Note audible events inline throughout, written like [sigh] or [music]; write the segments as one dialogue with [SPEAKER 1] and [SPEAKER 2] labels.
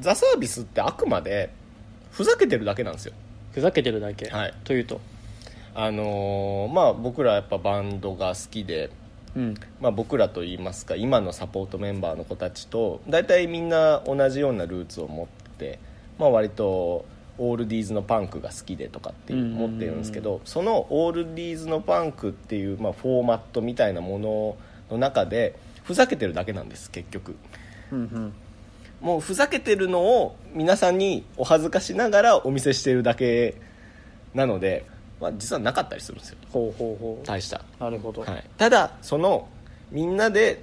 [SPEAKER 1] ザ・サービスってあくまでふざけてるだけなんですよ
[SPEAKER 2] ふざけてるだけ、
[SPEAKER 1] はい
[SPEAKER 2] というと
[SPEAKER 1] あのーまあ僕らやっぱバンドが好きで
[SPEAKER 2] うん
[SPEAKER 1] まあ、僕らといいますか今のサポートメンバーの子たちと大体みんな同じようなルーツを持ってて、まあ、割とオールディーズのパンクが好きでとかっていう
[SPEAKER 2] うん
[SPEAKER 1] 持ってるんですけどそのオールディーズのパンクっていう、まあ、フォーマットみたいなものの中でふざけてるだけなんです結局
[SPEAKER 2] うんうん
[SPEAKER 1] もうふざけてるのを皆さんにお恥ずかしながらお見せしてるだけなので、まあ、実はなかったりするんですよ
[SPEAKER 2] ほうほうほう、
[SPEAKER 1] 大した
[SPEAKER 2] なるほど、
[SPEAKER 1] はい、ただそのみんなで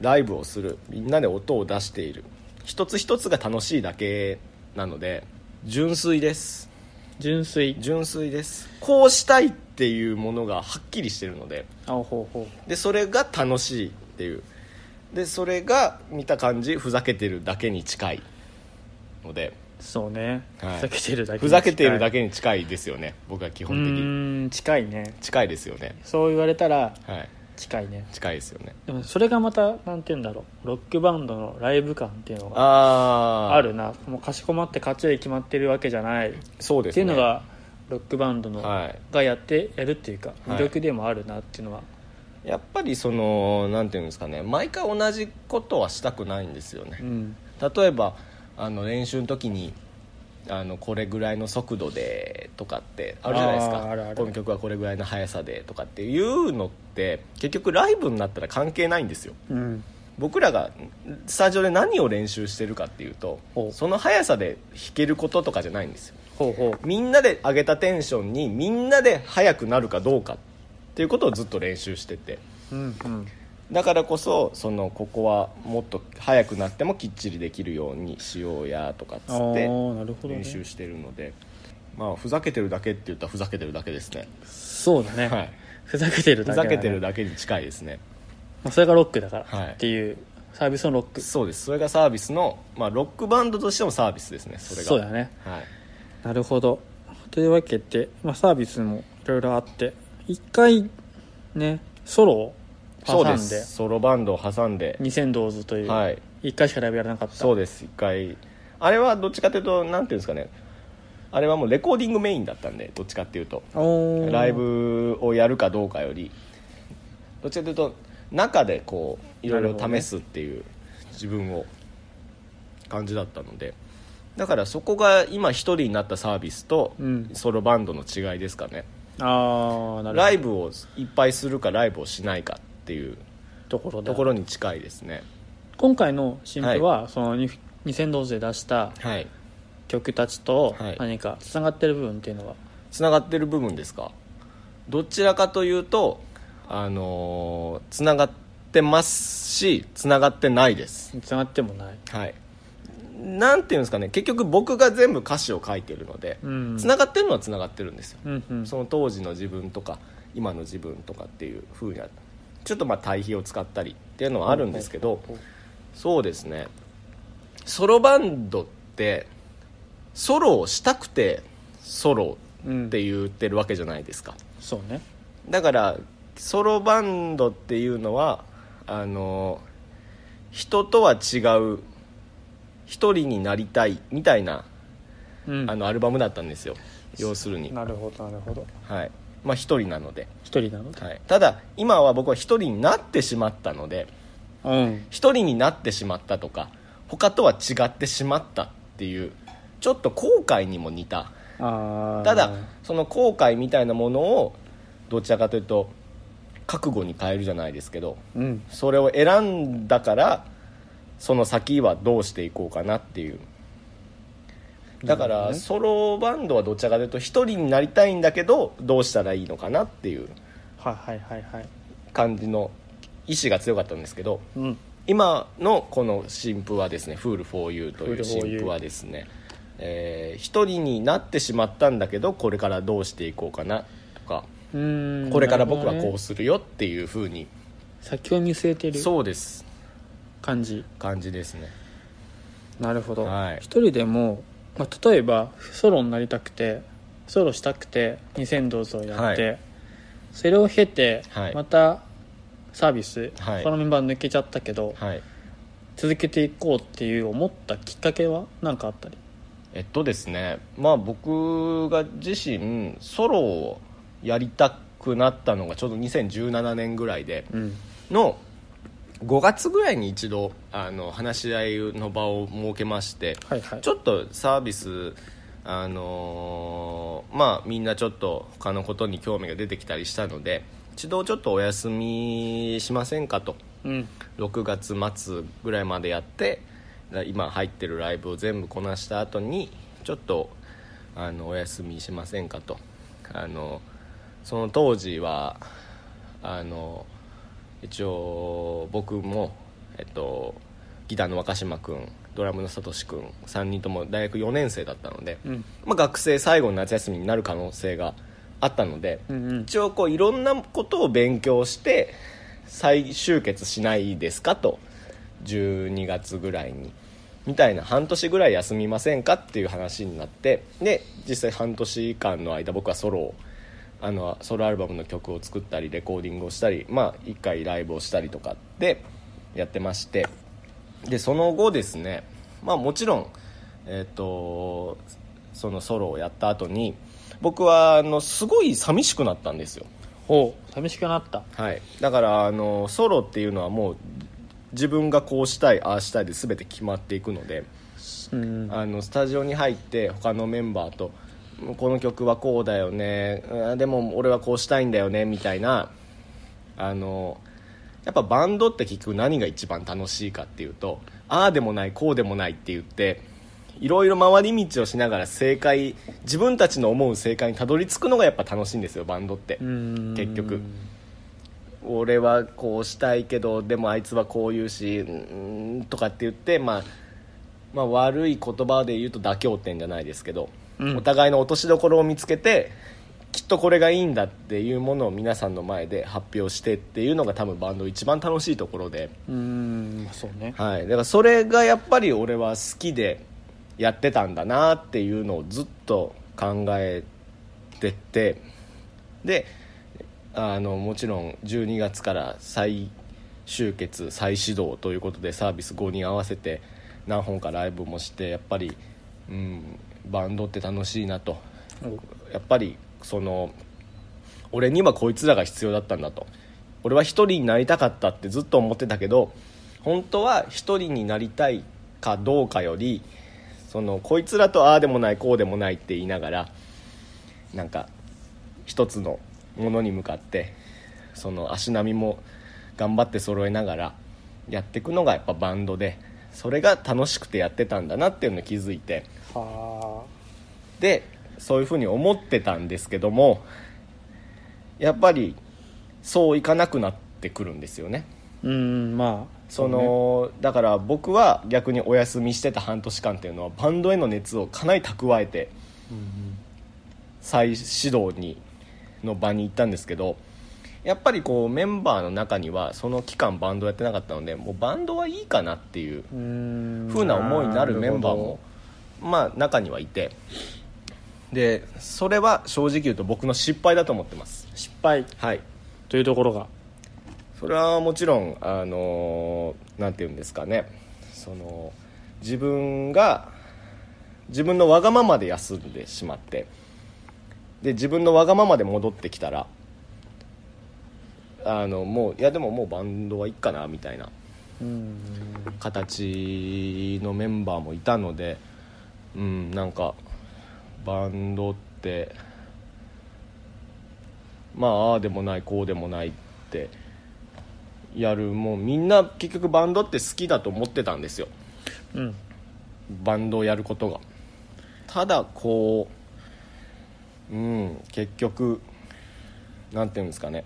[SPEAKER 1] ライブをするみんなで音を出している一つ一つが楽しいだけなので純粋です
[SPEAKER 2] 純粋
[SPEAKER 1] 純粋ですこうしたいっていうものがはっきりしてるので
[SPEAKER 2] あほうほ
[SPEAKER 1] でそれが楽しいっていうでそれが見た感じふざけてるだけに近いので
[SPEAKER 2] うそうね、
[SPEAKER 1] はい
[SPEAKER 2] ふざけてるだけ
[SPEAKER 1] ふざけてるだ
[SPEAKER 2] け
[SPEAKER 1] けに近いですよね僕は基
[SPEAKER 2] う
[SPEAKER 1] 本的に
[SPEAKER 2] ーん近いね
[SPEAKER 1] 近いですよね
[SPEAKER 2] そう言われたら
[SPEAKER 1] はい
[SPEAKER 2] 近いね
[SPEAKER 1] 近いですよね
[SPEAKER 2] でもそれがまたなんて言うんだろうロックバンドのライブ感っていうのが
[SPEAKER 1] ああ
[SPEAKER 2] あるなもうかしこまって勝ちで決まってるわけじゃない、
[SPEAKER 1] そうで
[SPEAKER 2] っ
[SPEAKER 1] す
[SPEAKER 2] てい
[SPEAKER 1] ね
[SPEAKER 2] うのがロックバンドの、
[SPEAKER 1] はい
[SPEAKER 2] がやってやるっていうか
[SPEAKER 1] はい
[SPEAKER 2] 魅力でもあるなっていうのは、
[SPEAKER 1] やっぱりそのなんていうんですかね毎回同じことはしたくないんですよね
[SPEAKER 2] うん
[SPEAKER 1] 例えばあの練習の時にあのこれぐらいの速度でとかってあるじゃないです
[SPEAKER 2] あー
[SPEAKER 1] か
[SPEAKER 2] あるある
[SPEAKER 1] この曲はこれぐらいの速さでとかっていうのって結局ライブになったら関係ないんですよ
[SPEAKER 2] うん
[SPEAKER 1] 僕らがスタジオで何を練習してるかっていうと
[SPEAKER 2] ほう
[SPEAKER 1] その速さで弾けることとかじゃないんですよ
[SPEAKER 2] ほうほう
[SPEAKER 1] みんなで上げたテンションにみんなで速くなるかどうかっていうことをずっと練習してて
[SPEAKER 2] うんうん
[SPEAKER 1] だからこそそのここはもっと早くなってもきっちりできるようにしようやとかっつ
[SPEAKER 2] ああ
[SPEAKER 1] って
[SPEAKER 2] ーなるほど、ね
[SPEAKER 1] 練、習してるので、まあふざけてるだけって言ったらふざけてるだけですね、
[SPEAKER 2] そうだね、
[SPEAKER 1] はい、
[SPEAKER 2] ふざけてる
[SPEAKER 1] ふ
[SPEAKER 2] だけ
[SPEAKER 1] ざ
[SPEAKER 2] だね、
[SPEAKER 1] けてるだけに近いですね
[SPEAKER 2] まあ、それがロックだから、
[SPEAKER 1] はい
[SPEAKER 2] っていうサービスのロック
[SPEAKER 1] そうですそれがサービスの、まあ、ロックバンドとしてもサービスですねそれが
[SPEAKER 2] そうだね
[SPEAKER 1] はい、
[SPEAKER 2] なるほどというわけで、まあ、サービスもいろいろあって一回ねソロを
[SPEAKER 1] そう
[SPEAKER 2] 挟
[SPEAKER 1] ん
[SPEAKER 2] で
[SPEAKER 1] ですソロバンドを挟んで、
[SPEAKER 2] 2000ドーズという、
[SPEAKER 1] はい
[SPEAKER 2] 一回しかライブやらなかった
[SPEAKER 1] そうです一回あれはどっちかというとなんていうんですかねあれはもうレコーディングメインだったんでどっちかっていうと
[SPEAKER 2] おー
[SPEAKER 1] ライブをやるかどうかよりどっちかというと中でこういろい
[SPEAKER 2] なる
[SPEAKER 1] ろ
[SPEAKER 2] ほどね
[SPEAKER 1] 試すっていう自分を感じだったのでだからそこが今一人になったサービスと
[SPEAKER 2] うん
[SPEAKER 1] ソロバンドの違いですかね、
[SPEAKER 2] ああなるほど
[SPEAKER 1] ライブをいっぱいするかライブをしないかっていう
[SPEAKER 2] ところで
[SPEAKER 1] ところに近いですね
[SPEAKER 2] 今回の新譜は、そのに2000ドーズで出した
[SPEAKER 1] はい
[SPEAKER 2] 曲たちと
[SPEAKER 1] はい
[SPEAKER 2] 何かつながってる部分っていうのは、
[SPEAKER 1] つながってる部分ですかどちらかというとあのつながってますしつながってないです
[SPEAKER 2] つながってもない
[SPEAKER 1] はい、なんていうんですかね結局僕が全部歌詞を書いてるので
[SPEAKER 2] うん
[SPEAKER 1] つな、がってるのはつながってるんですよ、
[SPEAKER 2] うんうん
[SPEAKER 1] その当時の自分とか今の自分とかっていう風になちょっとまあ対比を使ったりっていうのはあるんですけど、そうですねソロバンドってソロをしたくてソロ
[SPEAKER 2] うん
[SPEAKER 1] って言ってるわけじゃないですか、
[SPEAKER 2] そうね
[SPEAKER 1] だからソロバンドっていうのはあの人とは違う一人になりたいみたいな、
[SPEAKER 2] うん
[SPEAKER 1] あのアルバムだったんですよ要するに、
[SPEAKER 2] なるほどなるほど
[SPEAKER 1] はいまあ、一人なので、
[SPEAKER 2] 一人なので
[SPEAKER 1] はい、ただ今は僕は一人になってしまったので
[SPEAKER 2] うん
[SPEAKER 1] 一人になってしまったとか他とは違ってしまったっていうちょっと後悔にも似た
[SPEAKER 2] あー
[SPEAKER 1] ただその後悔みたいなものをどちらかというと覚悟に変えるじゃないですけど
[SPEAKER 2] うん
[SPEAKER 1] それを選んだからその先はどうしていこうかなっていうだか
[SPEAKER 2] なるほど
[SPEAKER 1] ら
[SPEAKER 2] ね
[SPEAKER 1] ソロバンドはどちらかというと一人になりたいんだけどどうしたらいいのかなっていう
[SPEAKER 2] はいはいはいはい
[SPEAKER 1] 感じの意志が強かったんですけど
[SPEAKER 2] うん
[SPEAKER 1] 今のこの新婦はですね「Fool for You」とい
[SPEAKER 2] Fool
[SPEAKER 1] う
[SPEAKER 2] for You
[SPEAKER 1] 新婦はですね、えー一人になってしまったんだけどこれからどうしていこうかなとか
[SPEAKER 2] うーん
[SPEAKER 1] これから僕は
[SPEAKER 2] なる
[SPEAKER 1] こ
[SPEAKER 2] ほど
[SPEAKER 1] う
[SPEAKER 2] ね
[SPEAKER 1] するよっていうふうに
[SPEAKER 2] 先を見据えてる
[SPEAKER 1] そうです
[SPEAKER 2] 感じ
[SPEAKER 1] 感じですね
[SPEAKER 2] なるほど、
[SPEAKER 1] はい
[SPEAKER 2] 一人でも、まあ、例えばソロになりたくてソロしたくて2000ドーズをやって、
[SPEAKER 1] は
[SPEAKER 2] それを経て、
[SPEAKER 1] はい
[SPEAKER 2] またサービス、
[SPEAKER 1] はい
[SPEAKER 2] このメンバー抜けちゃったけど
[SPEAKER 1] はい
[SPEAKER 2] 続けていこうっていう思ったきっかけは何かあったり
[SPEAKER 1] えっとですねまあ僕が自身ソロをやりたくなったのがちょうど2017年ぐらいで
[SPEAKER 2] うん
[SPEAKER 1] の5月ぐらいに一度あの話し合いの場を設けまして
[SPEAKER 2] はいはい
[SPEAKER 1] ちょっとサービスあのーまあみんなちょっと他のことに興味が出てきたりしたので一度ちょっとお休みしませんかと
[SPEAKER 2] うん
[SPEAKER 1] 6月末ぐらいまでやってだ今入ってるライブを全部こなした後にちょっとあのお休みしませんかとあのその当時はあの一応僕も、えっと、ギターの若島君ドラムの聡君3人とも大学4年生だったので、
[SPEAKER 2] うん
[SPEAKER 1] まあ、学生最後の夏休みになる可能性があったので、
[SPEAKER 2] うんうん
[SPEAKER 1] 一応こういろんなことを勉強して再集結しないですかと12月ぐらいにみたいな半年ぐらい休みませんかっていう話になってで実際半年間の間僕はソロをあのソロアルバムの曲を作ったりレコーディングをしたりまあ一回ライブをしたりとかでやってましてでその後ですねまあもちろんえっ、とそのソロをやった後に僕はあのすごい寂しくなったんですよ
[SPEAKER 2] おう寂しくなった
[SPEAKER 1] はいだからあのソロっていうのはもう自分がこうしたいああしたいで全て決まっていくので
[SPEAKER 2] うん
[SPEAKER 1] あのスタジオに入って他のメンバーとこの曲はこうだよねあでも俺はこうしたいんだよねみたいなあのやっぱバンドって結局何が一番楽しいかっていうとああでもないこうでもないって言っていろいろ回り道をしながら正解自分たちの思う正解にたどり着くのがやっぱ楽しいんですよバンドって。
[SPEAKER 2] うん
[SPEAKER 1] 結局俺はこうしたいけどでもあいつはこう言うしうーんとかって言って、まあ、まあ悪い言葉で言うと妥協点じゃないですけど、
[SPEAKER 2] うん
[SPEAKER 1] お互いの落としどころを見つけてきっとこれがいいんだっていうものを皆さんの前で発表してっていうのが多分バンド一番楽しいところで、
[SPEAKER 2] うんまあそうね
[SPEAKER 1] はい、だからそれがやっぱり俺は好きでやってたんだなっていうのをずっと考えててであのもちろん12月から再集結再始動ということでサービス5に合わせて何本かライブもしてやっぱり、うん、バンドって楽しいなと
[SPEAKER 2] お
[SPEAKER 1] やっぱりその俺にはこいつらが必要だったんだと俺は一人になりたかったってずっと思ってたけど本当は一人になりたいかどうかよりそのこいつらとああでもないこうでもないって言いながらなんか一つのものに向かってその足並みも頑張って揃えながらやっていくのがやっぱバンドでそれが楽しくてやってたんだなっていうのを気づいて。
[SPEAKER 2] は
[SPEAKER 1] でそういうふうに思ってたんですけどもやっぱりそういかなくなってくるんですよね
[SPEAKER 2] あうんまあ
[SPEAKER 1] そのだから僕は逆にお休みしてた半年間っていうのはバンドへの熱をかなり蓄えて
[SPEAKER 2] うね
[SPEAKER 1] 再始動にの場に行ったんですけどやっぱりこうメンバーの中にはその期間バンドやってなかったのでもうバンドはいいかなっていう
[SPEAKER 2] うんうん
[SPEAKER 1] ふうな思いになるメンバーもまあ中にはいてでそれは正直言うと僕の失敗だと思ってます
[SPEAKER 2] 失敗
[SPEAKER 1] はい
[SPEAKER 2] というところが
[SPEAKER 1] それはもちろんあのなんて言うんですかねその自分が自分のわがままで休んでしまってで自分のわがままで戻ってきたらあのもういやでももうバンドはいっかなみたいな
[SPEAKER 2] うん
[SPEAKER 1] 形のメンバーもいたのでうんなんかバンドってまあああでもないこうでもないってやるもうみんな結局バンドって好きだと思ってたんですよ
[SPEAKER 2] うん
[SPEAKER 1] バンドをやることがただこううん結局なんていうんですかね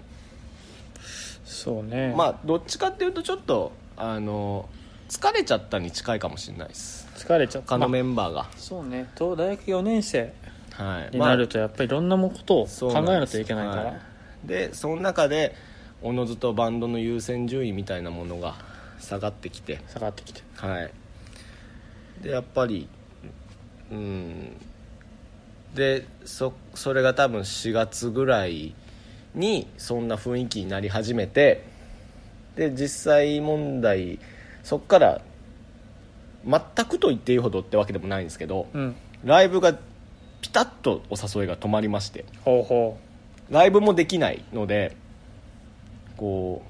[SPEAKER 2] そうね
[SPEAKER 1] まあどっちかっていうとちょっとあの疲れちゃったに近いかもしれないです
[SPEAKER 2] 疲れちゃった
[SPEAKER 1] 他のメンバーが、
[SPEAKER 2] そうねと大学4年生
[SPEAKER 1] はい
[SPEAKER 2] になる
[SPEAKER 1] ま
[SPEAKER 2] とやっぱりいろんなもことを
[SPEAKER 1] あ
[SPEAKER 2] 考
[SPEAKER 1] そう
[SPEAKER 2] え
[SPEAKER 1] ん
[SPEAKER 2] な
[SPEAKER 1] で
[SPEAKER 2] き
[SPEAKER 1] す
[SPEAKER 2] ゃいけないから
[SPEAKER 1] はでその中でおのずとバンドの優先順位みたいなものが下がってきて
[SPEAKER 2] 下がってきて
[SPEAKER 1] はいでやっぱりうんでそそれが多分4月ぐらいにそんな雰囲気になり始めてで実際問題そっから全くと言っていいほどってわけでもないんですけど、
[SPEAKER 2] うん
[SPEAKER 1] ライブがピタッとお誘いが止まりまして
[SPEAKER 2] ほうほ
[SPEAKER 1] ライブもできないのでこ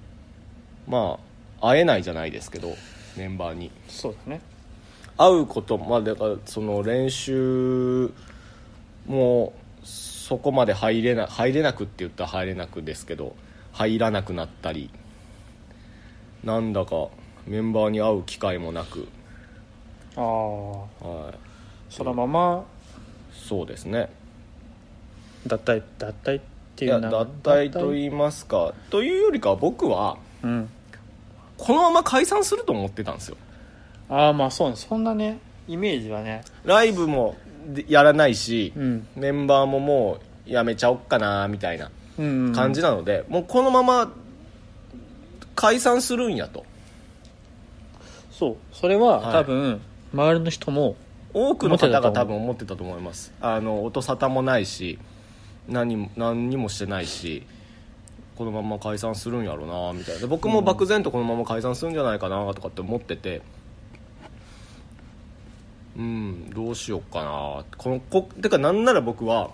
[SPEAKER 1] うまあ会えないじゃないですけどメンバーに
[SPEAKER 2] うそうだね
[SPEAKER 1] 会うことまあだからその練習もそこまで入れな入れなくって言ったら入れなくですけど入らなくなったりなんだかメンバーに会う機会もなく、
[SPEAKER 2] ああ
[SPEAKER 1] はい、
[SPEAKER 2] そのまま
[SPEAKER 1] そうですね
[SPEAKER 2] 脱退脱退って
[SPEAKER 1] い
[SPEAKER 2] いう
[SPEAKER 1] や
[SPEAKER 2] な
[SPEAKER 1] 脱退と言いますかというよりかは僕は
[SPEAKER 2] うん
[SPEAKER 1] このまま解散すると思ってたんですよ
[SPEAKER 2] ああまあそうねそんなねイメージはね
[SPEAKER 1] ライブもでやらないし、
[SPEAKER 2] うん
[SPEAKER 1] メンバーももうやめちゃおっかなみたいな
[SPEAKER 2] うんうん
[SPEAKER 1] 感じなので、もうこのまま解散するんやと
[SPEAKER 2] そうそれは、
[SPEAKER 1] はい
[SPEAKER 2] 多分周りの人も
[SPEAKER 1] 多くの方
[SPEAKER 2] 思
[SPEAKER 1] が
[SPEAKER 2] ってたと思う
[SPEAKER 1] 多分思ってたと思いますあの音沙汰もないし何も何にもしてないしこのまま解散するんやろうなみたいなで僕も漠然とこのまま解散するんじゃないかなとかって思っててうんどうしようかなこのこてかなんなら僕は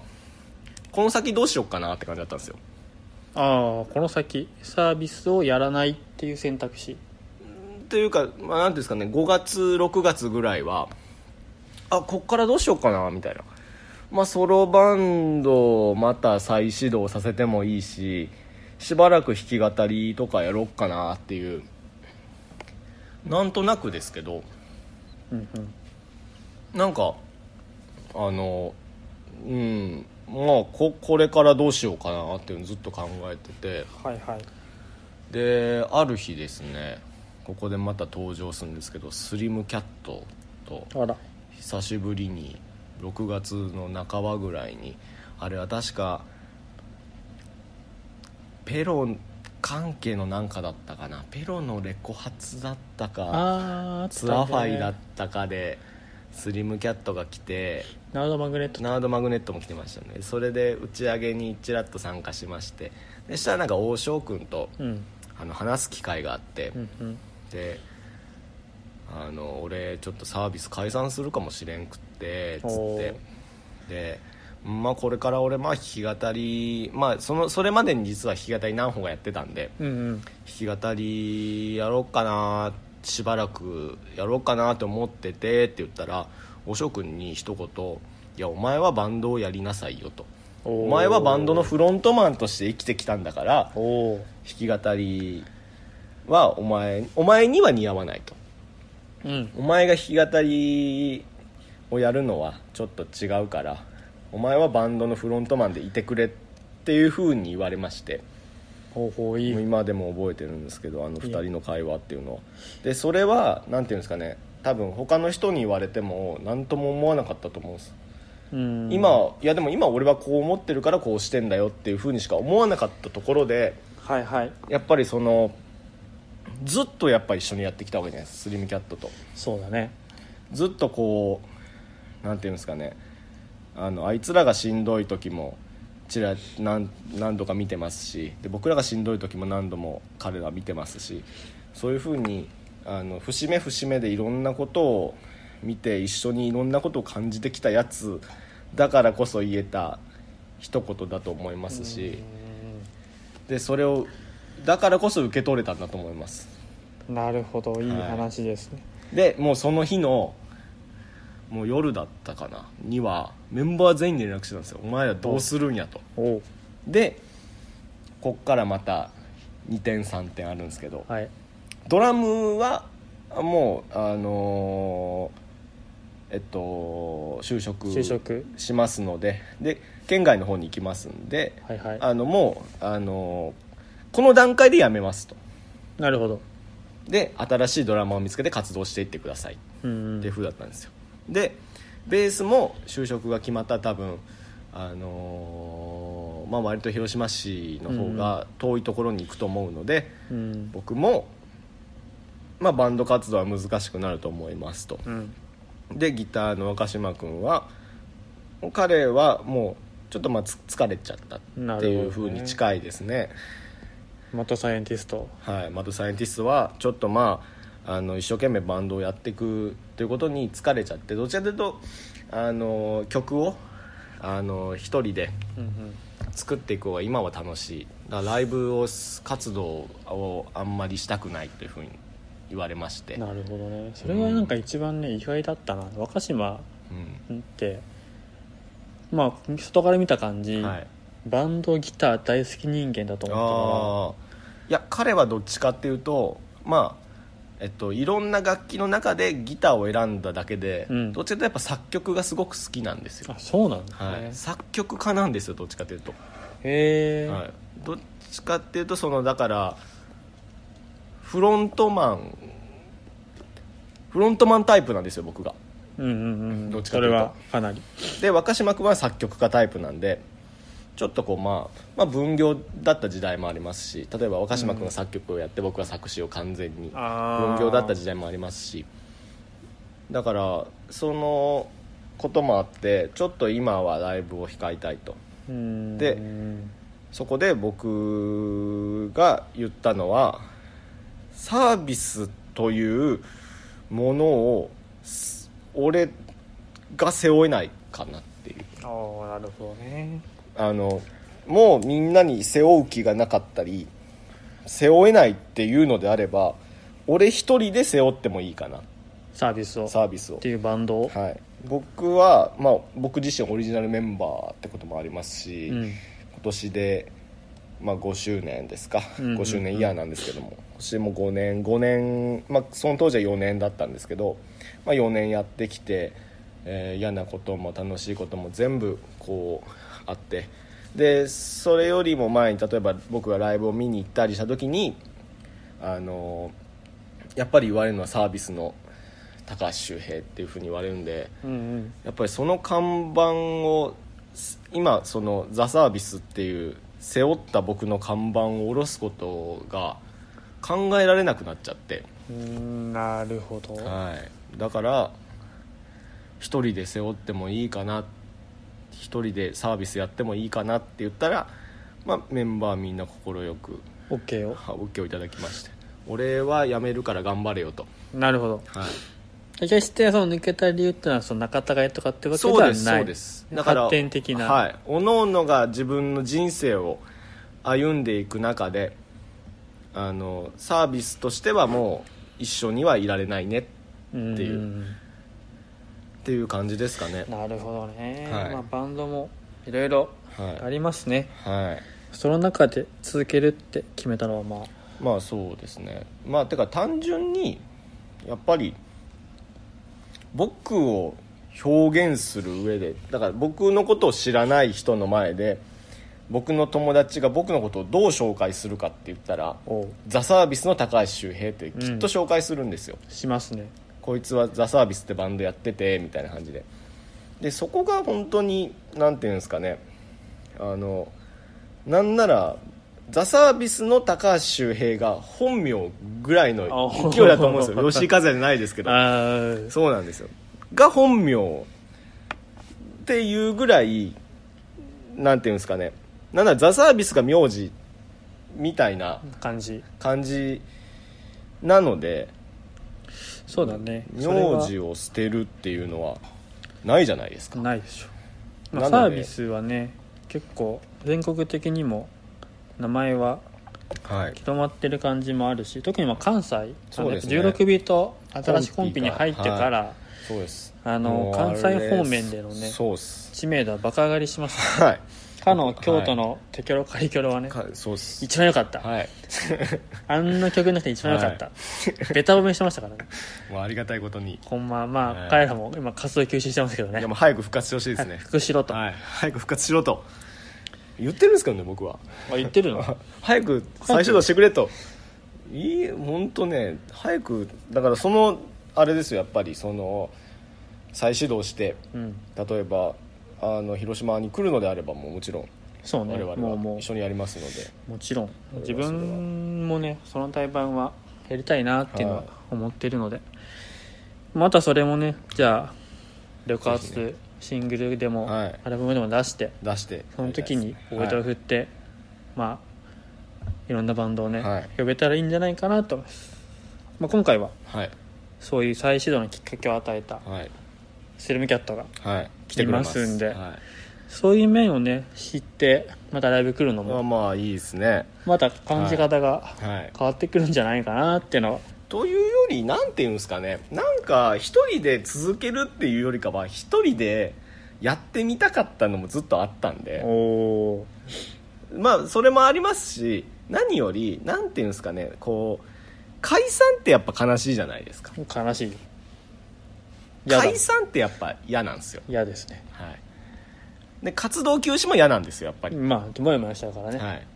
[SPEAKER 1] この先どうしようかなって感じだったんですよ
[SPEAKER 2] ああこの先サービスをやらないっていう選択肢
[SPEAKER 1] というか、まあ、なんていうんですかね5月6月ぐらいはあこっからどうしようかなみたいな、まあ、ソロバンドをまた再始動させてもいいししばらく弾き語りとかやろうかなっていうなんとなくですけど
[SPEAKER 2] うんうん
[SPEAKER 1] なんかあのうんまあここれからどうしようかなっていうのずっと考えてて
[SPEAKER 2] はいはい
[SPEAKER 1] である日ですねここでまた登場するんですけどスリムキャットと
[SPEAKER 2] あら
[SPEAKER 1] 久しぶりに6月の半ばぐらいにあれは確かペロ関係のなんかだったかなペロのレコ発だったか
[SPEAKER 2] ああ
[SPEAKER 1] ツアーファイだったかでスリムキャットが来て
[SPEAKER 2] ナウドマグネット
[SPEAKER 1] ナードマグネットも来てましたねそれで打ち上げにちらっと参加しましてでしたらなんか王将君と
[SPEAKER 2] うん
[SPEAKER 1] あの話す機会があって、
[SPEAKER 2] うんうん
[SPEAKER 1] であの俺ちょっとサービス解散するかもしれんくってつっ
[SPEAKER 2] お
[SPEAKER 1] て
[SPEAKER 2] ー
[SPEAKER 1] でまあこれから俺まあ弾き語りまあそのそれまでに実は弾き語り何本かやってたんで
[SPEAKER 2] うんうん
[SPEAKER 1] 弾き語りやろうかなしばらくやろうかなと思っててって言ったらおしょくんに一言「いやお前はバンドをやりなさいよ」と「
[SPEAKER 2] おー
[SPEAKER 1] お前はバンドのフロントマンとして生きてきたんだから
[SPEAKER 2] おお
[SPEAKER 1] 弾き語りはお前お前には似合わないと
[SPEAKER 2] うん
[SPEAKER 1] お前が弾き語りをやるのはちょっと違うからお前はバンドのフロントマンでいてくれっていう風に言われまして
[SPEAKER 2] ほうほうい
[SPEAKER 1] もう
[SPEAKER 2] い
[SPEAKER 1] 今でも覚えてるんですけどあの2人の会話っていうのはでそれは何ていうんですかね多分他の人に言われても何とも思わなかったと思うんです
[SPEAKER 2] うん
[SPEAKER 1] 今いやでも今俺はこう思ってるからこうしてんだよっていう風にしか思わなかったところで
[SPEAKER 2] はいはい
[SPEAKER 1] やっぱりそのずっとやっぱ一緒にやってきたわけじゃないですかスリムキャットと
[SPEAKER 2] そうだね
[SPEAKER 1] ずっとこうなんていうんですかねあのあいつらがしんどい時もちら何何度か見てますしで僕らがしんどい時も何度も彼ら見てますしそういうふうにあの節目節目でいろんなことを見て一緒にいろんなことを感じてきたやつだからこそ言えた一言だと思いますしでそれをだからこそ受け取れたんだと思います
[SPEAKER 2] なるほどいい
[SPEAKER 1] はい
[SPEAKER 2] 話ですね、
[SPEAKER 1] でもうその日のもう夜だったかなにはメンバー全員に連絡してたんですよ「お前らどうするんや」と
[SPEAKER 2] おお
[SPEAKER 1] でこっからまた2点3点あるんですけど
[SPEAKER 2] はい
[SPEAKER 1] ドラムはもうあのーえっと就職
[SPEAKER 2] 就職
[SPEAKER 1] しますのでで県外の方に行きますんで
[SPEAKER 2] はいはい
[SPEAKER 1] あのもう、あのーこの段階で辞めますと
[SPEAKER 2] なるほど
[SPEAKER 1] で新しいドラマを見つけて活動していってください
[SPEAKER 2] うん
[SPEAKER 1] っていう風だったんですよでベースも就職が決まった多分あのーまあ割と広島市の方が遠いところに行くと思うので、
[SPEAKER 2] うん
[SPEAKER 1] 僕も、まあ、バンド活動は難しくなると思いますと
[SPEAKER 2] うん
[SPEAKER 1] でギターの若島君は彼はもうちょっとまあつ疲れちゃったっていう風に近いですね
[SPEAKER 2] マットサイエンティスト
[SPEAKER 1] はい、マドサイエンティストはちょっとまああの一生懸命バンドをやっていくということに疲れちゃってどちらかというとあの曲をあの一人で
[SPEAKER 2] うんうん
[SPEAKER 1] 作っていく方が今は楽しいだからライブを活動をあんまりしたくないというふうに言われまして、
[SPEAKER 2] なるほどねそれがなんか一番ね意外だったな若島
[SPEAKER 1] う
[SPEAKER 2] ってまあ外から見た感じ、
[SPEAKER 1] ん、はい
[SPEAKER 2] バンドギター大好き人間だと思っ
[SPEAKER 1] ああいや彼はどっちかっていうとまあえっと、いろんな楽器の中でギターを選んだだけで、
[SPEAKER 2] うん
[SPEAKER 1] どっちかというとやっぱ作曲がすごく好きなんです
[SPEAKER 2] てた
[SPEAKER 1] よ、
[SPEAKER 2] からあそうなんですね、
[SPEAKER 1] はい、作曲家なんですよどっちかというと、
[SPEAKER 2] へえ、
[SPEAKER 1] はい、どっちかっていうとそのだからフロントマンフロントマンタイプなんですよ僕が
[SPEAKER 2] うんうんうん
[SPEAKER 1] どっちか
[SPEAKER 2] そ
[SPEAKER 1] とい
[SPEAKER 2] れ
[SPEAKER 1] うと
[SPEAKER 2] はかなり
[SPEAKER 1] で若島君は作曲家タイプなんでちょっとこう、まあ、まあ分業だった時代もありますし例えば若島君が作曲をやって僕は作詞を完全に
[SPEAKER 2] あー
[SPEAKER 1] 分業だった時代もありますしだからそのこともあってちょっと今はライブを控えたいと
[SPEAKER 2] うん
[SPEAKER 1] で
[SPEAKER 2] うん
[SPEAKER 1] そこで僕が言ったのはサービスというものをす俺が背負えないかなっていう
[SPEAKER 2] ああなるほどね
[SPEAKER 1] あのもうみんなに背負う気がなかったり背負えないっていうのであれば俺一人で背負ってもいいかな
[SPEAKER 2] サービスを
[SPEAKER 1] サービスを
[SPEAKER 2] っていうバンドを、
[SPEAKER 1] はい僕は、まあ、僕自身オリジナルメンバーってこともありますし、
[SPEAKER 2] うん、
[SPEAKER 1] 今年で、まあ、5周年ですか、
[SPEAKER 2] うんうんうん
[SPEAKER 1] 5周年イヤーなんですけども今年も5年5年、まあ、その当時は4年だったんですけど、まあ、4年やってきて、えー嫌なことも楽しいことも全部こうあってでそれよりも前に例えば僕がライブを見に行ったりした時にあのやっぱり言われるのはサービスの高橋周平っていうふうに言われるんで。
[SPEAKER 2] うんうん
[SPEAKER 1] やっぱりその看板をす今その「ザ・サービス」っていう背負った僕の看板を下ろすことが考えられなくなっちゃって、
[SPEAKER 2] うーんなるほど
[SPEAKER 1] はい、だから一人で背負ってもいいかな一人でサービスやってもいいかなって言ったら、まあ、メンバーみんな快く
[SPEAKER 2] OK よ
[SPEAKER 1] は OK をいただきまして俺は辞めるから頑張れよと、
[SPEAKER 2] なるほど
[SPEAKER 1] はい、
[SPEAKER 2] 決してその抜けた理由っていうのはその仲たがいとかってわけで
[SPEAKER 1] そう
[SPEAKER 2] はな
[SPEAKER 1] で
[SPEAKER 2] い
[SPEAKER 1] すそうです
[SPEAKER 2] 発展的な、
[SPEAKER 1] はい各々が自分の人生を歩んでいく中であのサービスとしてはもう一緒にはいられないねっ
[SPEAKER 2] ん
[SPEAKER 1] っていうていう感じですかね
[SPEAKER 2] なるほどね、
[SPEAKER 1] はい
[SPEAKER 2] まあ、バンドもいろいろあ
[SPEAKER 1] は
[SPEAKER 2] りますね、
[SPEAKER 1] い、はい、
[SPEAKER 2] その中で続けるって決めたのはまあ
[SPEAKER 1] まあそうですねまあてか単純にやっぱり僕を表現する上でだから僕のことを知らない人の前で僕の友達が僕のことをどう紹介するかって言ったら
[SPEAKER 2] おう
[SPEAKER 1] ザ・サービスの高橋周平ってきっと紹介するんですよ、
[SPEAKER 2] しますね
[SPEAKER 1] こいつはザ・サービスってバンドやっててみたいな感じででそこが本当に何ていうんですかねあのなんならザ・サービスの高橋周平が本名ぐらいの勢いだと思うんですよ吉井風じゃないですけど
[SPEAKER 2] ああ
[SPEAKER 1] そうなんですよが本名っていうぐらいなんていうんですかねなんならザ・サービスが名字みたいな
[SPEAKER 2] 感じ
[SPEAKER 1] 感じなので
[SPEAKER 2] そうだねそれ
[SPEAKER 1] 名
[SPEAKER 2] は
[SPEAKER 1] 字を捨てるっていうのはないじゃないですか
[SPEAKER 2] ないでしょ、ま
[SPEAKER 1] な
[SPEAKER 2] あ、サ
[SPEAKER 1] の
[SPEAKER 2] ー
[SPEAKER 1] で
[SPEAKER 2] ビスはね結構全国的にも名前は
[SPEAKER 1] はい
[SPEAKER 2] 広まってる感じもあるし特にまあ関西
[SPEAKER 1] そうですね
[SPEAKER 2] 16ビート新しいコンピに入ってから、
[SPEAKER 1] そうです
[SPEAKER 2] あの
[SPEAKER 1] もうあれ
[SPEAKER 2] 関西方面でのね
[SPEAKER 1] そうっす
[SPEAKER 2] 知名度はバカ上がりしまし
[SPEAKER 1] はい [laughs]
[SPEAKER 2] たかの京都のテキョロカリキョロはね
[SPEAKER 1] かそうっす
[SPEAKER 2] 一番良かった、
[SPEAKER 1] はい
[SPEAKER 2] あんな曲の中で一番良かった、ベタ褒めしてまし
[SPEAKER 1] [laughs]
[SPEAKER 2] たからね
[SPEAKER 1] もうありがたいことに
[SPEAKER 2] ほんままあ、
[SPEAKER 1] はい
[SPEAKER 2] 彼らも今活動休止してますけど
[SPEAKER 1] い
[SPEAKER 2] ね
[SPEAKER 1] やもう早く復活してほしいですね
[SPEAKER 2] 福ろと、
[SPEAKER 1] はい早く復活しろと言ってるんですけどね僕は
[SPEAKER 2] あ言ってるの
[SPEAKER 1] 早く再始動してくれといい本当ね早くだからそのあれですよやっぱりその再始動して
[SPEAKER 2] うん
[SPEAKER 1] 例えばあの広島に来るのであればもうもちろん
[SPEAKER 2] そうね
[SPEAKER 1] 我々
[SPEAKER 2] もうも
[SPEAKER 1] は一緒にやりますので、
[SPEAKER 2] うもちろん
[SPEAKER 1] れは
[SPEAKER 2] 自分もねその対バンはやりたいなっていうのは
[SPEAKER 1] はい
[SPEAKER 2] 思ってるので、またそれもねじゃあ旅行
[SPEAKER 1] ぜひ
[SPEAKER 2] 発シングルでも、
[SPEAKER 1] はい
[SPEAKER 2] アルバムでも出して
[SPEAKER 1] 出して
[SPEAKER 2] その時に
[SPEAKER 1] やり
[SPEAKER 2] おい
[SPEAKER 1] た
[SPEAKER 2] と
[SPEAKER 1] い
[SPEAKER 2] を
[SPEAKER 1] です
[SPEAKER 2] 振って、まあいろんなバンドをね、
[SPEAKER 1] はい
[SPEAKER 2] 呼べたらいいんじゃないかなと思いますまあ、今回は
[SPEAKER 1] はい
[SPEAKER 2] そういう再始動のきっかけを与えた
[SPEAKER 1] はい
[SPEAKER 2] スルムキャットが
[SPEAKER 1] はい来てくれます
[SPEAKER 2] いますんで
[SPEAKER 1] はい
[SPEAKER 2] そういう面をね知ってまたライブ来るの
[SPEAKER 1] まあ
[SPEAKER 2] も
[SPEAKER 1] まあいいですね
[SPEAKER 2] また感じ方が
[SPEAKER 1] はい
[SPEAKER 2] 変わってくるんじゃないかなっていうのは
[SPEAKER 1] というよりなんていうんですかねなんか一人で続けるっていうよりかは一人でやってみたかったのもずっとあったんで
[SPEAKER 2] おー
[SPEAKER 1] まあそれもありますし何よりなんていうんですかねこう解散ってやっぱ悲しいじゃないですか
[SPEAKER 2] 悲しい嫌だ
[SPEAKER 1] 解散ってやっぱ嫌なんですよ
[SPEAKER 2] 嫌ですね
[SPEAKER 1] はいで活動休止も嫌なんですよやっぱり、
[SPEAKER 2] まあモヤモヤしちゃうからね、
[SPEAKER 1] はい、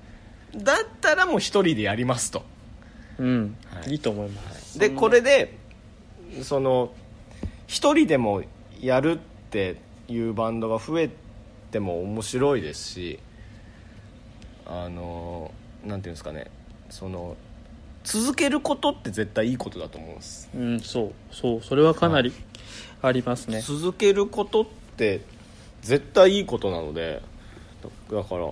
[SPEAKER 1] だったらもう一人でやりますと
[SPEAKER 2] うん、
[SPEAKER 1] はい
[SPEAKER 2] い、いと思います、
[SPEAKER 1] で
[SPEAKER 2] そんな
[SPEAKER 1] これでその一人でもやるっていうバンドが増えても面白いですしあのなんていうんですかねその続けることって絶対いいことだと思うんです、
[SPEAKER 2] うんそうそうそれはかなりありますね、
[SPEAKER 1] 続けることって絶対いいことなのでだだから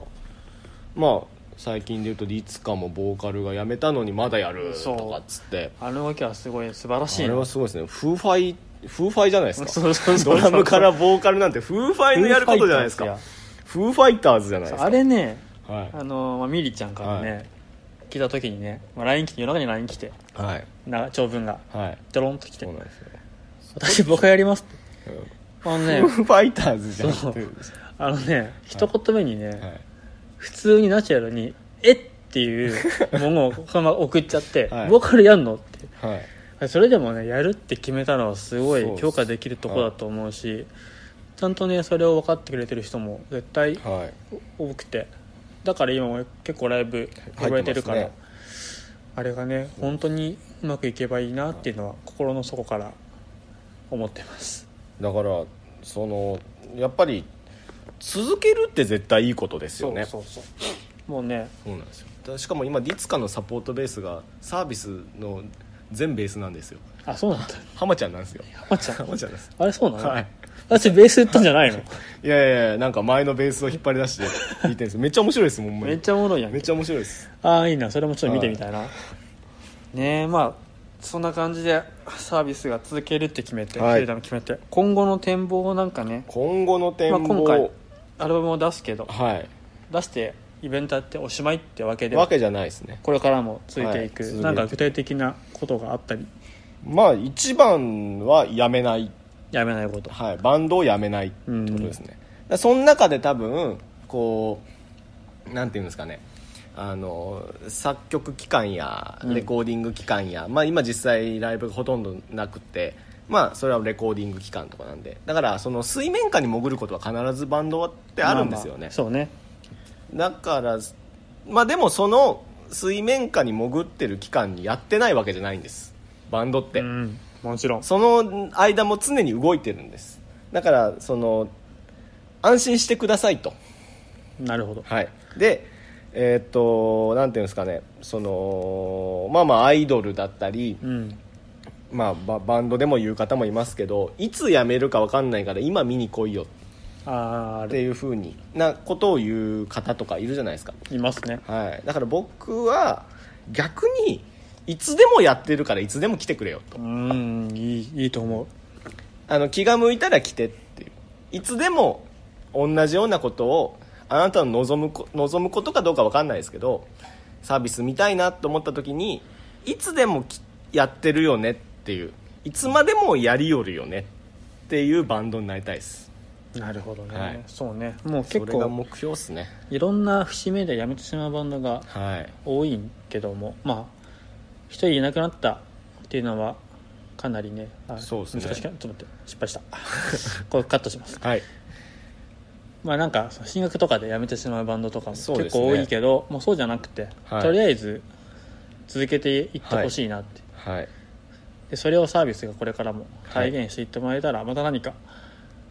[SPEAKER 1] まあ最近で言うとリツカもボーカルが辞めたのにまだやる
[SPEAKER 2] そう
[SPEAKER 1] とかっつって
[SPEAKER 2] あの動きはすごい素晴らしい
[SPEAKER 1] あ
[SPEAKER 2] な
[SPEAKER 1] れはすごいですねフーファイフーファイじゃないですか
[SPEAKER 2] そうそうそう
[SPEAKER 1] ドラムからボーカルなんてフーファイのやることじゃないです
[SPEAKER 2] フー
[SPEAKER 1] か
[SPEAKER 2] ファイターズ
[SPEAKER 1] フーファイターズじゃない
[SPEAKER 2] や
[SPEAKER 1] です
[SPEAKER 2] そう
[SPEAKER 1] か
[SPEAKER 2] あれね
[SPEAKER 1] は
[SPEAKER 2] あの、まあ、ミリちゃんからね、
[SPEAKER 1] は
[SPEAKER 2] 聞いた時にね、まあ、LINE 来て夜中に LINE 来て
[SPEAKER 1] いはい
[SPEAKER 2] な長文が
[SPEAKER 1] はい
[SPEAKER 2] ドロンと来て
[SPEAKER 1] そうなんですよ
[SPEAKER 2] 「私僕やります」って
[SPEAKER 1] う
[SPEAKER 2] あ
[SPEAKER 1] [laughs]
[SPEAKER 2] の
[SPEAKER 1] ん
[SPEAKER 2] ね
[SPEAKER 1] フーファイターズじゃなくて
[SPEAKER 2] あのね一言目にね、
[SPEAKER 1] はい
[SPEAKER 2] 普通にナチュラルに「えっ?」ていう
[SPEAKER 1] [laughs]
[SPEAKER 2] ものをこのまま送っちゃって「
[SPEAKER 1] はい
[SPEAKER 2] ボーカルやんの?」って
[SPEAKER 1] はい
[SPEAKER 2] それでもねやるって決めたのはすご
[SPEAKER 1] そう
[SPEAKER 2] い
[SPEAKER 1] です
[SPEAKER 2] 強化できるとこだと思うし、ちゃんとねそれを分かってくれてる人も絶対
[SPEAKER 1] はい
[SPEAKER 2] 多くてだから今も結構ライブ呼ばれてるから、
[SPEAKER 1] 入って
[SPEAKER 2] あれがね本当にうまくいけばいいなっていうのは心の底から思ってます
[SPEAKER 1] だからそのやっぱり続けるって絶対いいことですよね
[SPEAKER 2] そうそうそうもうね
[SPEAKER 1] そうなんですよだしかも今ディツカのサポートベースがサービスの全ベースなんですよ
[SPEAKER 2] あそうなんだ
[SPEAKER 1] ハマちゃんなんですよ
[SPEAKER 2] まっちゃ
[SPEAKER 1] ハ
[SPEAKER 2] ん
[SPEAKER 1] マちゃんです
[SPEAKER 2] あれそうなの、
[SPEAKER 1] はい
[SPEAKER 2] 私ベース打ったんじゃないの
[SPEAKER 1] いやいやいやなんか前のベースを引っ張り出して弾いてるんですめっちゃ面白いですもんほんまに
[SPEAKER 2] めっちゃおもろいやんけ
[SPEAKER 1] めっちゃ面白いです
[SPEAKER 2] ああいいなそれもちょっと見てみたいな、ねえまあそんな感じでサービスが続けるって決めて、
[SPEAKER 1] はい
[SPEAKER 2] フリーダム決めて今後の展望をなんかね、
[SPEAKER 1] 今後の展
[SPEAKER 2] まあ、
[SPEAKER 1] 望、
[SPEAKER 2] 今回アルバムを出すけど
[SPEAKER 1] は
[SPEAKER 2] 出してイベントやっておしまいってわけ
[SPEAKER 1] い
[SPEAKER 2] では
[SPEAKER 1] わけじゃないですね
[SPEAKER 2] これからもついていく、
[SPEAKER 1] はい
[SPEAKER 2] なんか具体的なことがあったり
[SPEAKER 1] まあ一番はやめない、
[SPEAKER 2] やめないこと
[SPEAKER 1] はい、バンドをやめないってことですね、だからその中で多分こうなんていうんですかねあの作曲期間や
[SPEAKER 2] うん
[SPEAKER 1] レコーディング期間や、まあ、今実際ライブがほとんどなくて、まあ、それはレコーディング期間とかなんでだからその水面下に潜ることは必ずバンドってあるんですよ
[SPEAKER 2] まあま
[SPEAKER 1] ね
[SPEAKER 2] あ、そうね
[SPEAKER 1] だからまあでもその水面下に潜ってる期間にやってないわけじゃないんですバンドって、
[SPEAKER 2] うんもちろん
[SPEAKER 1] その間も常に動いてるんですだからその安心してくださいと
[SPEAKER 2] なるほど
[SPEAKER 1] はいでえーっとなんていうんですかねそのまあまあアイドルだったり、
[SPEAKER 2] うん
[SPEAKER 1] まあ、ババンドでも言う方もいますけどいつ辞めるか分かんないから今見に来いよ
[SPEAKER 2] あああ
[SPEAKER 1] って
[SPEAKER 2] れ
[SPEAKER 1] いうふうになことを言う方とかいるじゃないですか
[SPEAKER 2] いますね
[SPEAKER 1] はい、だから僕は逆にいつでもやってるからいつでも来てくれよと
[SPEAKER 2] うんいいいいと思う
[SPEAKER 1] あの気が向いたら来てっていういつでも同じようなことをあなたの望むこ望むことかどうか分かんないですけどサービス見たいなと思った時にいつでもきやってるよねっていういつまでもやりよるよねっていうバンドになりたいです
[SPEAKER 2] なるほどね、
[SPEAKER 1] はい
[SPEAKER 2] そうねもう結
[SPEAKER 1] それが
[SPEAKER 2] 構
[SPEAKER 1] 目標っすね
[SPEAKER 2] いろんな節目で辞めてしまうバンドが
[SPEAKER 1] はい
[SPEAKER 2] 多いけどもまあ一人いなくなったっていうのはかなりねあ
[SPEAKER 1] そうですね
[SPEAKER 2] 難しくなちょっと待って失敗したこれカットします
[SPEAKER 1] はい
[SPEAKER 2] まあなんかその進学とかで辞めてしまうバンドとかも結
[SPEAKER 1] そうですね
[SPEAKER 2] 構多いけどもうそうじゃなくて、
[SPEAKER 1] はい
[SPEAKER 2] とりあえず続けていってほしいなって、
[SPEAKER 1] はい
[SPEAKER 2] でそれをサービスがこれからも体現していってもらえたら、また何か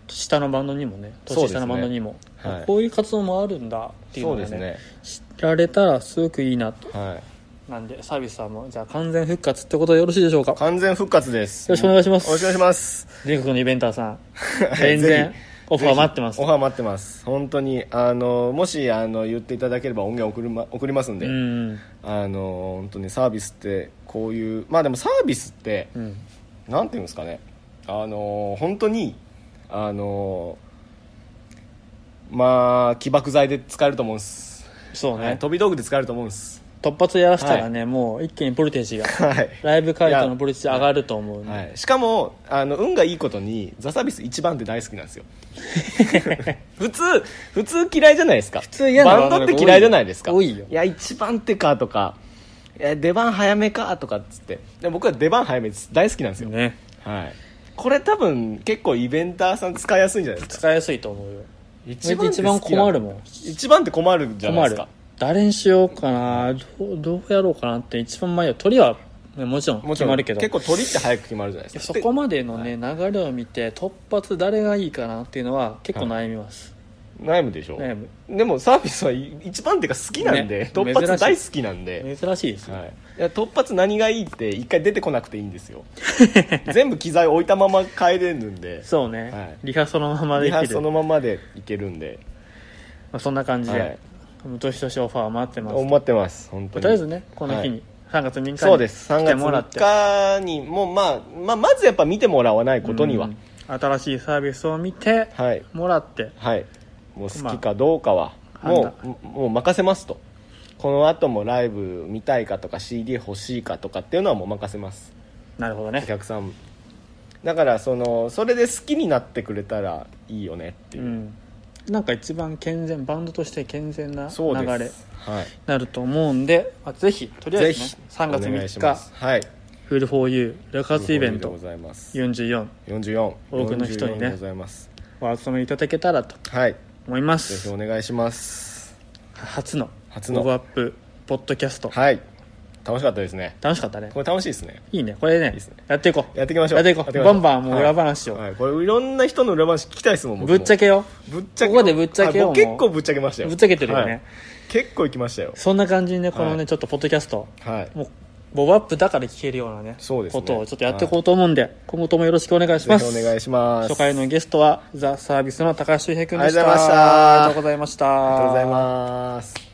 [SPEAKER 2] 下のバンドにもね
[SPEAKER 1] そうで
[SPEAKER 2] 年
[SPEAKER 1] すね
[SPEAKER 2] 下のバンドにも、
[SPEAKER 1] はい
[SPEAKER 2] こういう活動もあるんだっていう
[SPEAKER 1] そ
[SPEAKER 2] の
[SPEAKER 1] う
[SPEAKER 2] が
[SPEAKER 1] で
[SPEAKER 2] ね
[SPEAKER 1] すね
[SPEAKER 2] 知られたらすごくいいなと
[SPEAKER 1] はい
[SPEAKER 2] なんでサービスはもうじゃあ完全復活ってことでよろしいでしょうか
[SPEAKER 1] 完全復活です
[SPEAKER 2] よろしくお願いします
[SPEAKER 1] よろしくお願いします [laughs]
[SPEAKER 2] 全国のイベンターさん全
[SPEAKER 1] ぜ
[SPEAKER 2] 然オファー待ってます
[SPEAKER 1] オファー待ってます本当にあのもしあの言っていただければ音源送る、ま、送りますんで、
[SPEAKER 2] うん
[SPEAKER 1] あの本当にサービスってこういうまあでもサービスって、
[SPEAKER 2] うん
[SPEAKER 1] なんていうんですかねあの本当にあのまあ起爆剤で使えると思うんです、
[SPEAKER 2] そうね、
[SPEAKER 1] はい、飛び道具で使えると思うん
[SPEAKER 2] [laughs]
[SPEAKER 1] です
[SPEAKER 2] 突発でやらせたらね、もう一気にボルテージが
[SPEAKER 1] はい
[SPEAKER 2] ライブ回答のボルテージ上がると思う、ね
[SPEAKER 1] はい、しかもあの運がいいことにザ・サービス一番って大好きなんです
[SPEAKER 2] [laughs]
[SPEAKER 1] よ普通普通嫌いじゃないですか普
[SPEAKER 2] 通嫌な
[SPEAKER 1] バンドって嫌いじゃないですか
[SPEAKER 2] 多いよ
[SPEAKER 1] や一番手かとかいや出番早めかとかっつってで僕は出番早め大好きなんですよ、
[SPEAKER 2] ね
[SPEAKER 1] はい、これ多分結構イベンターさん使いやすいんじゃないですか
[SPEAKER 2] 使いやすいと思うよ
[SPEAKER 1] 一
[SPEAKER 2] 俺一番
[SPEAKER 1] って好きな
[SPEAKER 2] 困るもん
[SPEAKER 1] 一番って困るじゃない
[SPEAKER 2] 困
[SPEAKER 1] です
[SPEAKER 2] る
[SPEAKER 1] か
[SPEAKER 2] 誰にしようかなどうどうやろうかなって一番迷う鳥は、ね、もちろん
[SPEAKER 1] もち
[SPEAKER 2] 決
[SPEAKER 1] ろん
[SPEAKER 2] まるけど
[SPEAKER 1] 結構取りって早く決まるじゃないですか
[SPEAKER 2] そこまでのね、流れを見て突発誰がいいかなっていうのは結構悩みます、
[SPEAKER 1] で悩むでしょ
[SPEAKER 2] 悩む
[SPEAKER 1] でもサービスはい一番手が好きなんで、
[SPEAKER 2] ね
[SPEAKER 1] 突
[SPEAKER 2] 珍し
[SPEAKER 1] 発
[SPEAKER 2] い
[SPEAKER 1] 大好きなんで
[SPEAKER 2] 珍しいですよ、
[SPEAKER 1] はい、いや突発何がいいって一回出てこなくていいんです
[SPEAKER 2] [laughs]
[SPEAKER 1] よ全部機材置いたまま帰れるんで
[SPEAKER 2] そうね、
[SPEAKER 1] はい
[SPEAKER 2] リハそのままで
[SPEAKER 1] リ
[SPEAKER 2] きる
[SPEAKER 1] ハそのままでいけるんで
[SPEAKER 2] まあ、そんな感じ
[SPEAKER 1] は
[SPEAKER 2] で
[SPEAKER 1] い、
[SPEAKER 2] どしどしオファー待ってます
[SPEAKER 1] 思ってます本当
[SPEAKER 2] と
[SPEAKER 1] に
[SPEAKER 2] りあえずねこの日に、
[SPEAKER 1] はい
[SPEAKER 2] 3月3日に
[SPEAKER 1] そうです3
[SPEAKER 2] 来て
[SPEAKER 1] 月
[SPEAKER 2] もらって
[SPEAKER 1] 3日にもう、まあ、まあまずやっぱ見てもらわないことには、
[SPEAKER 2] うん新しいサービスを見て
[SPEAKER 1] はい
[SPEAKER 2] もらって
[SPEAKER 1] はいもう好きかどうかは、
[SPEAKER 2] まあ
[SPEAKER 1] も
[SPEAKER 2] 判
[SPEAKER 1] うももう任せますとこの後もライブ見たいかとか CD 欲しいかとかっていうのはもう任せます
[SPEAKER 2] なるほど
[SPEAKER 1] [laughs] お
[SPEAKER 2] ね
[SPEAKER 1] 客さんだからそのそれで好きになってくれたらいいよねって
[SPEAKER 2] う
[SPEAKER 1] いう、
[SPEAKER 2] んなんか一番健全バンドとして健全な
[SPEAKER 1] そう
[SPEAKER 2] 流
[SPEAKER 1] で
[SPEAKER 2] れ
[SPEAKER 1] す、はい、
[SPEAKER 2] なると思うんで、まあ、ぜひとりあえ
[SPEAKER 1] ぜ
[SPEAKER 2] ず、ね
[SPEAKER 1] ひ、
[SPEAKER 2] 3月
[SPEAKER 1] お願いし
[SPEAKER 2] 3
[SPEAKER 1] ま
[SPEAKER 2] 日
[SPEAKER 1] すはい
[SPEAKER 2] 「フールフォーユーレカツイベン
[SPEAKER 1] ご
[SPEAKER 2] ト
[SPEAKER 1] ざいます
[SPEAKER 2] 44
[SPEAKER 1] 44
[SPEAKER 2] 多くの人にね
[SPEAKER 1] 44ございます」
[SPEAKER 2] お集めいただけたらと
[SPEAKER 1] はい
[SPEAKER 2] 思いま
[SPEAKER 1] ぜひ
[SPEAKER 2] す
[SPEAKER 1] お願いします
[SPEAKER 2] 初の
[SPEAKER 1] 初の
[SPEAKER 2] オブアップポッドキャスト、
[SPEAKER 1] はい楽しかったですね
[SPEAKER 2] 楽しかったね
[SPEAKER 1] これ楽しいですね
[SPEAKER 2] いいねこれね
[SPEAKER 1] いいっすね
[SPEAKER 2] やっていこう
[SPEAKER 1] やっていきましょう
[SPEAKER 2] やっていこう
[SPEAKER 1] きまし
[SPEAKER 2] バ
[SPEAKER 1] ょ
[SPEAKER 2] ンバンもう裏話を、
[SPEAKER 1] はいはいこれいろんな人の裏話聞きたいですもん僕
[SPEAKER 2] ぶ
[SPEAKER 1] も
[SPEAKER 2] っちゃけよ
[SPEAKER 1] ぶっちゃけ
[SPEAKER 2] ここでぶっちゃけよ
[SPEAKER 1] はい僕
[SPEAKER 2] もう
[SPEAKER 1] 結構ぶっちゃけましたよ
[SPEAKER 2] ぶっちゃけてるよね
[SPEAKER 1] はい結構行きましたよ
[SPEAKER 2] そんな感じにねこのね、
[SPEAKER 1] はい
[SPEAKER 2] ちょっとポッドキャスト
[SPEAKER 1] はい
[SPEAKER 2] もうボブアップだから聞けるようなね
[SPEAKER 1] そうですね
[SPEAKER 2] ことをちょっとやっていこうと思うんで、今後ともよろしくお願いし
[SPEAKER 1] ぜ
[SPEAKER 2] ま
[SPEAKER 1] ひ
[SPEAKER 2] す
[SPEAKER 1] お願いします
[SPEAKER 2] 初回のゲストはザ・サービスの高橋周平君でした
[SPEAKER 1] ありがとうございました
[SPEAKER 2] あり
[SPEAKER 1] ありがと
[SPEAKER 2] がとうございました
[SPEAKER 1] うございます